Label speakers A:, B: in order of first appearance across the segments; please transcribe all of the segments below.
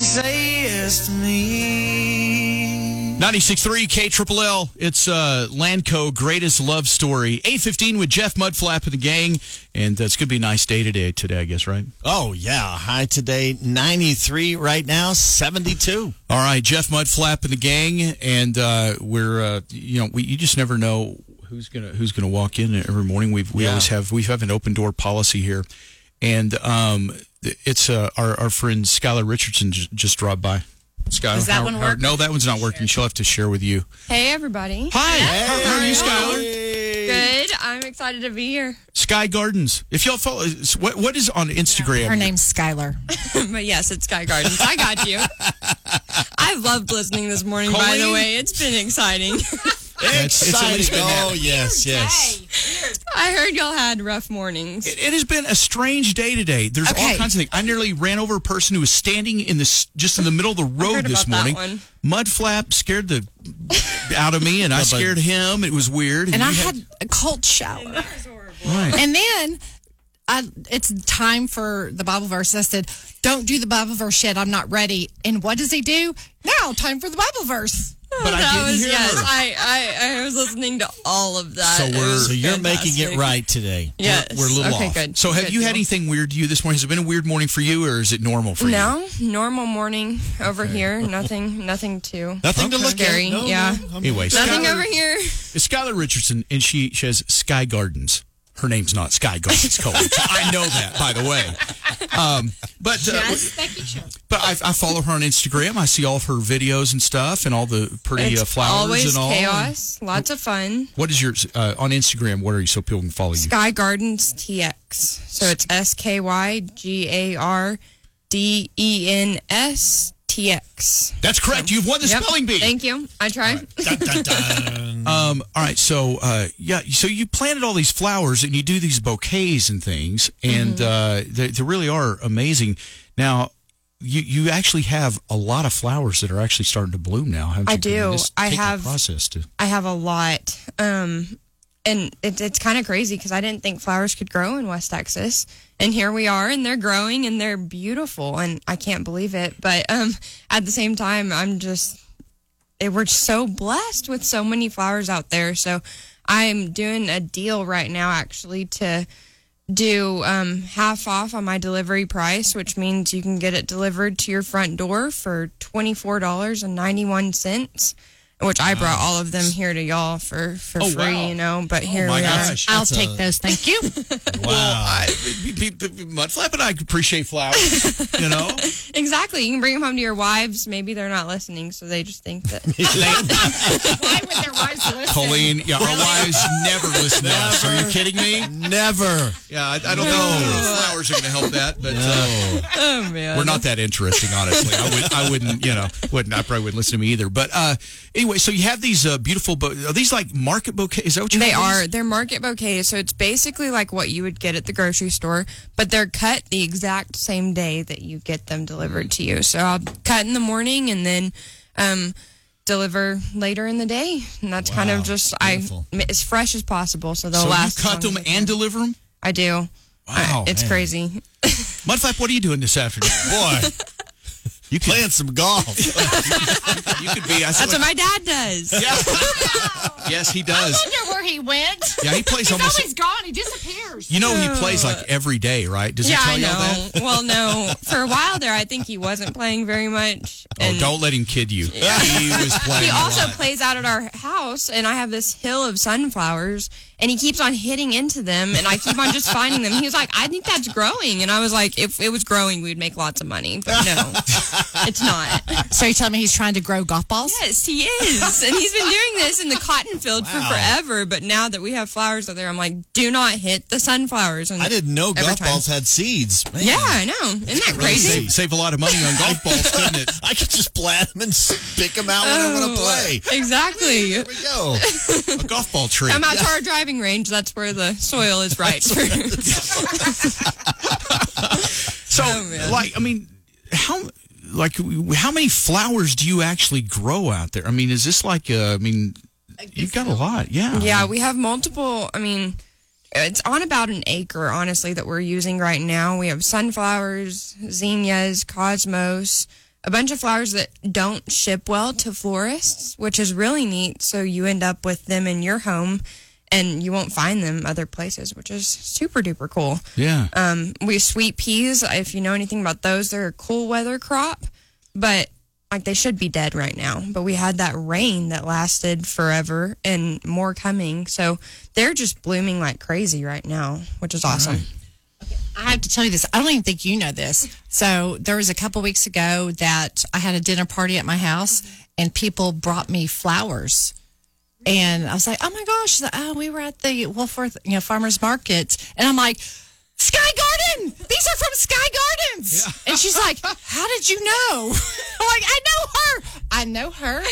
A: Say yes to me.
B: 96.3 K Triple L. It's uh, Landco Greatest Love Story. 8.15 with Jeff Mudflap and the gang. And uh, it's going to be a nice day today, today, I guess, right?
A: Oh, yeah. High today, 93 right now, 72.
B: All right, Jeff Mudflap and the gang. And uh, we're, uh, you know, we, you just never know who's going to who's gonna walk in every morning. We've, we
A: Yeah.
B: always have, we have an open door policy here. And um, it's uh, our, our friend Skylar Richardson j- just dropped by. Skylar,
C: Does that
B: how-
C: one
B: how-
C: work?
B: No, that one's not working. She'll have to share with you.
C: Hey, everybody.
B: Hi. How are you, Skylar?
C: Good. I'm excited to be here.
B: Sky Gardens. If y'all follow, it's- what what is on Instagram?
D: Her name's Skylar.
C: but yes, it's Sky Gardens. I got you. I loved listening this morning, by the
B: Colleen?
C: way. It's been exciting.
B: It's, it's at least been
A: Oh, yes, yes.
C: I heard y'all had rough mornings.
B: it, it has been a strange day today. There's all
D: Okay.
B: kinds of things. I nearly ran over a person who was standing in this just in the middle of the road
C: heard
B: this
C: about that
B: morning.
C: one.
B: Mud flap scared the out of me, and I scared him. It was weird.
D: And I
B: you
D: had a cold shower.
B: Right.
D: And then I, it's time for the Bible verse. I said, Don't do the Bible verse yet. I'm not ready. And what does he do? Now, time for the Bible verse.
B: but I
C: that
B: didn't
C: was
B: hear
C: yes.
B: her.
C: I, I I was listening to all of that.
B: So
C: It
B: we're-
C: was
A: So you're making it
C: fantastic.
A: right today.
C: Yes.
B: We're a little
C: okay,
B: off.
C: Good.
B: So have
C: Good
B: you had
C: deal.
B: anything weird to you this morning? Has it been a weird morning for you, or is it normal for you?
C: No, normal morning over here. Nothing, nothing too
A: Nothing to look
C: scary.
A: at. No,
C: yeah,
A: no, I'm-
B: Anyway,
C: nothing
B: Skylar-
C: over here.
B: It's Skylar Richardson, and she, she has Sky Gardens. Her name's not Sky Gardens Cohen. I know that, by the way. Um, but uh, but I, I follow her on Instagram. I see all of her videos and stuff, and all the pretty
C: It's
B: uh, flowers
C: always
B: and all.
C: chaos. Lots of fun.
B: What is your uh, on Instagram? What are you so people can follow you?
C: Sky Gardens TX. So it's S K Y G A R D E N S T X.
B: That's correct. You've won the
C: Yep.
B: spelling bee.
C: Thank you. I tried.
B: Um, all right, so uh, yeah, so you planted all these flowers and you do these bouquets and things, and
C: Mm-hmm.
B: uh, they, they really are amazing. Now, you you actually have a lot of flowers that are actually starting to bloom now. Haven't you?
C: I
B: mean,
C: do.
B: this
C: I
B: take a
C: have-
B: process to.
C: I have a lot. Um, and it, it's kind of crazy because I didn't think flowers could grow in West Texas. And here we are, and they're growing and they're beautiful. And I can't believe it. But um, at the same time, I'm just, it, we're so blessed with so many flowers out there. So I'm doing a deal right now, actually, to do um, half off on my delivery price, which means you can get it delivered to your front door for $24.91. Which I brought all of them here to y'all for, for
B: Oh,
C: free,
B: wow.
C: you know. But here
B: Oh my
C: we are.
B: gosh.
D: I'll
A: That's
D: take
A: a-
D: those. Thank you.
B: Well, I, be- be- be- Mudflap and I appreciate flowers. you know,
C: Exactly. You can bring them home to your wives. Maybe they're not listening, so they just think that.
D: Why would their wives listen?
B: Colleen. Yeah, our wives never listen to us. Are you kidding me?
A: Never.
B: Yeah, I, I don't know. if Flowers are going to help that, but. Uh,
C: oh man.
B: We're not that interesting, honestly. I, would, I wouldn't, you know, wouldn't. I probably wouldn't listen to me either. But uh, anyway, so you have these uh, beautiful. Bo- are these like market bouquets? Is that what you?
C: They
B: call these?
C: are. They're market bouquets, so it's basically like what you would get at the grocery store, but they're cut the exact same day that you get them delivered to you. So I'll cut in the morning and then um, deliver later in the day, and that's kind of just
A: Beautiful.
C: I as fresh as possible, so they'll
B: So
C: last.
B: you
C: as
B: cut
C: long
B: them
C: as I
B: and
C: can.
B: deliver them.
C: I do.
B: Wow,
C: it's
B: man.
C: crazy.
B: Mudflap, what are you doing this afternoon?
A: Boy. You playing some golf.
B: you could be. I
C: That's
B: said,
C: what my dad does.
B: yes, he does.
D: wonder where he went.
B: Yeah, he plays almost.
D: gone. He disappears.
B: you know, he plays like every day, right? Does
C: Yeah,
B: he tell
C: I
B: you all
C: know.
B: that?
C: Well, no. For a while there, I think he wasn't playing very much.
B: Oh, don't let him kid you. He was playing.
C: He
B: a
C: also
B: lot.
C: plays out at our house, and I have this hill of sunflowers, and he keeps on hitting into them, and I keep on just finding them. He was like, "I think that's growing," and I was like, "If it was growing, we'd make lots of money." But no, it's not.
D: So you tell me he's trying to grow golf balls?
C: Yes, he is. and he's been doing this in the cotton field for forever. But now that we have flowers out there, I'm like, do not hit the sunflowers. And
A: I didn't know
C: every
A: golf
C: time.
A: balls had seeds. Man.
C: Yeah, I know. Isn't that crazy?
B: Save, save a lot of money on golf balls, couldn't it?
A: I could just plant them and pick them out when I want to play.
C: Exactly.
A: There we go.
B: A golf ball tree.
C: I'm out to our driving range. That's where the soil is right.
B: So,
D: Oh,
B: like, I mean, how like how many flowers do you actually grow out there? I mean, is this like uh, I mean, you've got a lot, yeah.
C: yeah, we have multiple. I mean, it's on about an acre, honestly, that we're using right now. We have sunflowers, zinnias, cosmos, a bunch of flowers that don't ship well to florists, which is really neat. So you end up with them in your home. And you won't find them other places, which is super duper cool.
B: Yeah.
C: Um, we have sweet peas. If you know anything about those, they're a cool weather crop, but like they should be dead right now. But we had that rain that lasted forever and more coming. So they're just blooming like crazy right now, which is awesome.
D: I have to tell you this. I don't even think you know this. So there was a couple weeks ago that I had a dinner party at my house and people brought me flowers. And I was like, oh my gosh, She's like, oh, we were at the Wolfworth, you know, farmer's market. And I'm like, Sky Garden, these are from Sky Gardens. And she's like, how did you know? I'm like, I know her. I know her.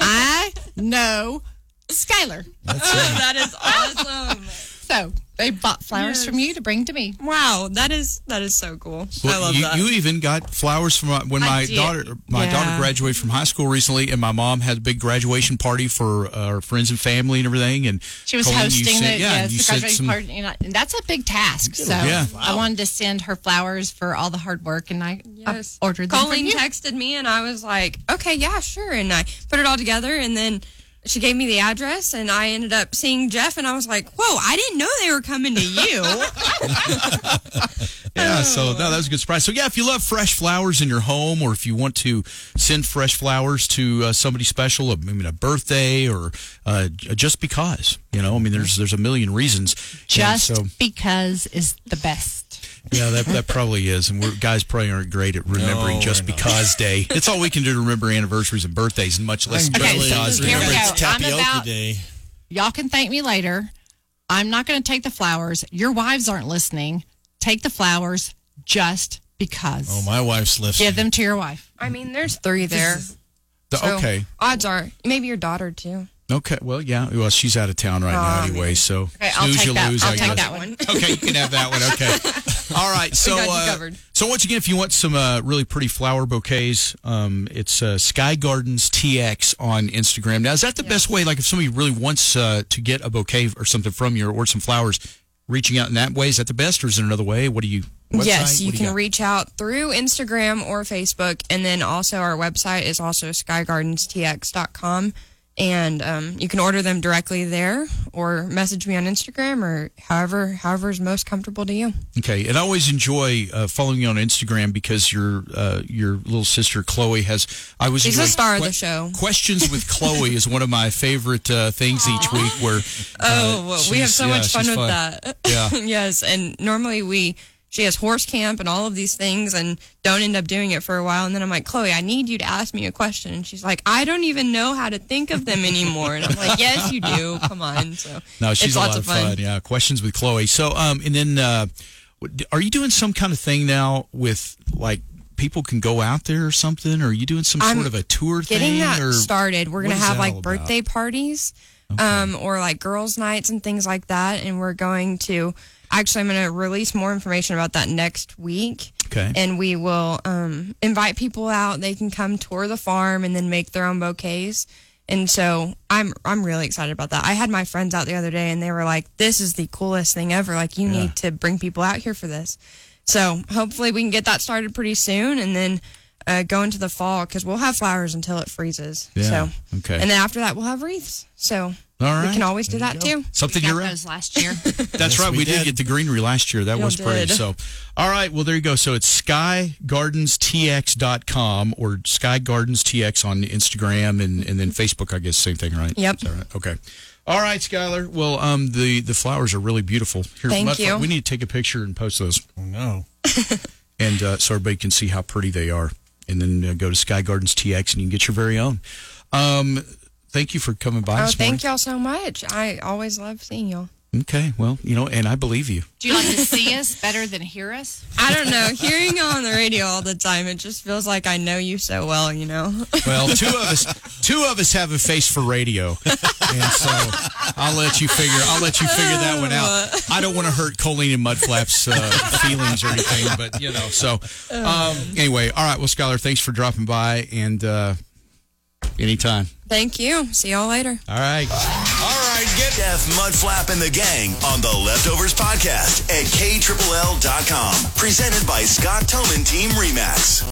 D: I know Skylar.
C: that is awesome.
D: So they bought flowers from you to bring to me.
C: Wow, that is that is so cool. I
B: Well,
C: love
B: you,
C: that.
B: you even got flowers from my, when
D: I
B: my
D: did.
B: daughter my daughter
C: Yeah.
B: graduated from high school recently, and my mom had a big graduation party for uh, her friends and family and everything. And
D: She was
B: Colleen, you
D: hosting
B: sent-
D: the,
B: yeah,
D: yes,
B: and you
D: the
B: sent
D: graduation
B: some-
D: party, and, I, and that's a big task. So
B: Yeah.
D: I wanted to send her flowers for all the hard work, and I, I
C: Yes.
D: ordered them
C: Colleen
D: from you.
C: texted me and I was like, okay, yeah, sure. And I put it all together and then she gave me the address and I ended up seeing Jeff and I was like, whoa, I didn't know they were coming to you.
B: Yeah, so no, that was a good surprise. So yeah, if you love fresh flowers in your home, or if you want to send fresh flowers to uh, somebody special, uh, maybe a birthday or uh, j- just because, you know, I mean, there's there's a million reasons. And
D: Just because is the best.
B: yeah, that, that probably is, and we're, guys probably aren't great at remembering
A: No,
B: just
A: we're not.
B: because day. It's all we can do to remember anniversaries and birthdays, and much less
A: I
D: Okay,
A: really
D: so
B: because
D: here we
A: remember
D: go.
A: it's
D: I'm
A: tapioca
D: about-
A: day.
D: Y'all can thank me later. I'm not going to take the flowers. Your wives aren't listening. Take the flowers just because.
A: Oh, my wife's listening.
D: Give them to your wife.
C: I mean, there's three there.
B: The-
C: So,
B: okay,
C: Odds are, maybe your daughter too.
B: okay, well, yeah, well, she's out of town right now
C: Um,
B: anyway, so
D: Okay, I'll
B: snooze,
D: take
B: you
D: that.
B: lose,
D: I'll
B: I
D: take
B: guess.
D: that one.
B: okay, you can have that one. Okay. All right. So,
C: got you
B: uh,
C: covered.
B: so once again, if you want some uh, really pretty flower bouquets, um, it's uh, Sky Gardens TX on Instagram. Now, is that the best way? Like, if somebody really wants uh, to get a bouquet or something from you, or some flowers, reaching out in that way is that the best, or is there another way? What do you? Website?
C: Yes, you
B: What do
C: can
B: got?
C: reach out through Instagram or Facebook. And then also our website is also skygardenstx.com. And um, you can order them directly there or message me on Instagram or however however is most comfortable to you.
B: Okay, and I always enjoy uh, following you on Instagram because your uh, your little sister Chloe has. I was
C: She's
B: enjoying
C: the star of the show.
B: Questions with Chloe is one of my favorite uh, things each week. Where uh,
C: Oh, well, we have
B: she's-
C: so
B: yeah,
C: much fun
B: she's
C: with that.
B: Yeah.
C: yes, and normally we she has horse camp and all of these things and don't end up doing it for a while and then I'm like, "Chloe, I need you to ask me a question." And she's like, "I don't even know how to think of them anymore." And I'm like, "Yes, you do. Come on." So
B: No, she's
C: it's
B: a
C: lots
B: lot
C: of fun.
B: Yeah, questions with Chloe. So, um, and then uh, what- are you doing some kind of thing now with like people can go out there or something? Or are you doing some
C: I'm
B: sort of a tour
C: Getting
B: thing?
C: that
B: or
C: started. We're
B: what
C: going to
B: is
C: have
B: that
C: like
B: all about?
C: birthday parties um, or like girls' nights and things like that. And we're going to actually, I'm going to release more information about that next week.
B: Okay.
C: And we will um, invite people out. They can come tour the farm and then make their own bouquets. And so I'm I'm really excited about that. I had my friends out the other day and they were like, "This is the coolest thing ever! Like you need to bring people out here for this." So hopefully we can get that started pretty soon, and then uh, go into the fall because we'll have flowers until it freezes.
B: Yeah,
C: So
B: okay.
C: and then after that we'll have wreaths. So
B: All
C: we
B: right.
C: can always do that too.
B: something
D: Got
B: you're
D: those last year.
B: That's
A: Yes,
B: right. We,
A: we
B: did.
A: did.
B: get the greenery last year. That
C: Y'all
B: was pretty.
C: did.
B: So, all right. Well, there you go. So it's skygardenstx.com or skygardenstx on Instagram and, and then Facebook, I guess. Same thing, right?
C: Yep.
B: Is that right? Okay. All right, Skylar. Well, um, the, the flowers are really beautiful. Here,
C: Thank
B: let-
C: you.
B: We need to take a picture and post those
A: Oh, no.
B: and uh, so everybody can see how pretty they are. and then uh, go to Sky Gardens TX and you can get your very own. Um, thank you for coming by.
C: Oh,
B: this
C: thank y'all so much. I always love seeing y'all.
B: morning. Okay, well, you know, and I believe you.
D: Do you like to see us better than hear us?
C: I don't know. Hearing y'all on the radio all the time, it just feels like I know you so well, you know?
B: Well, two of us, two of us have a face for radio, and so I'll let you figure. I'll let you figure that one out. I don't want to hurt Colleen and Mudflap's uh, feelings or anything, but you know. So um, anyway, all right. Well, Skylar, thanks for dropping by, and uh, anytime.
C: Thank you. See y'all later.
B: All right.
E: All right, get Def Mudflap and the gang on the Leftovers podcast at kll.com. Presented by Scott Toman Team Remax.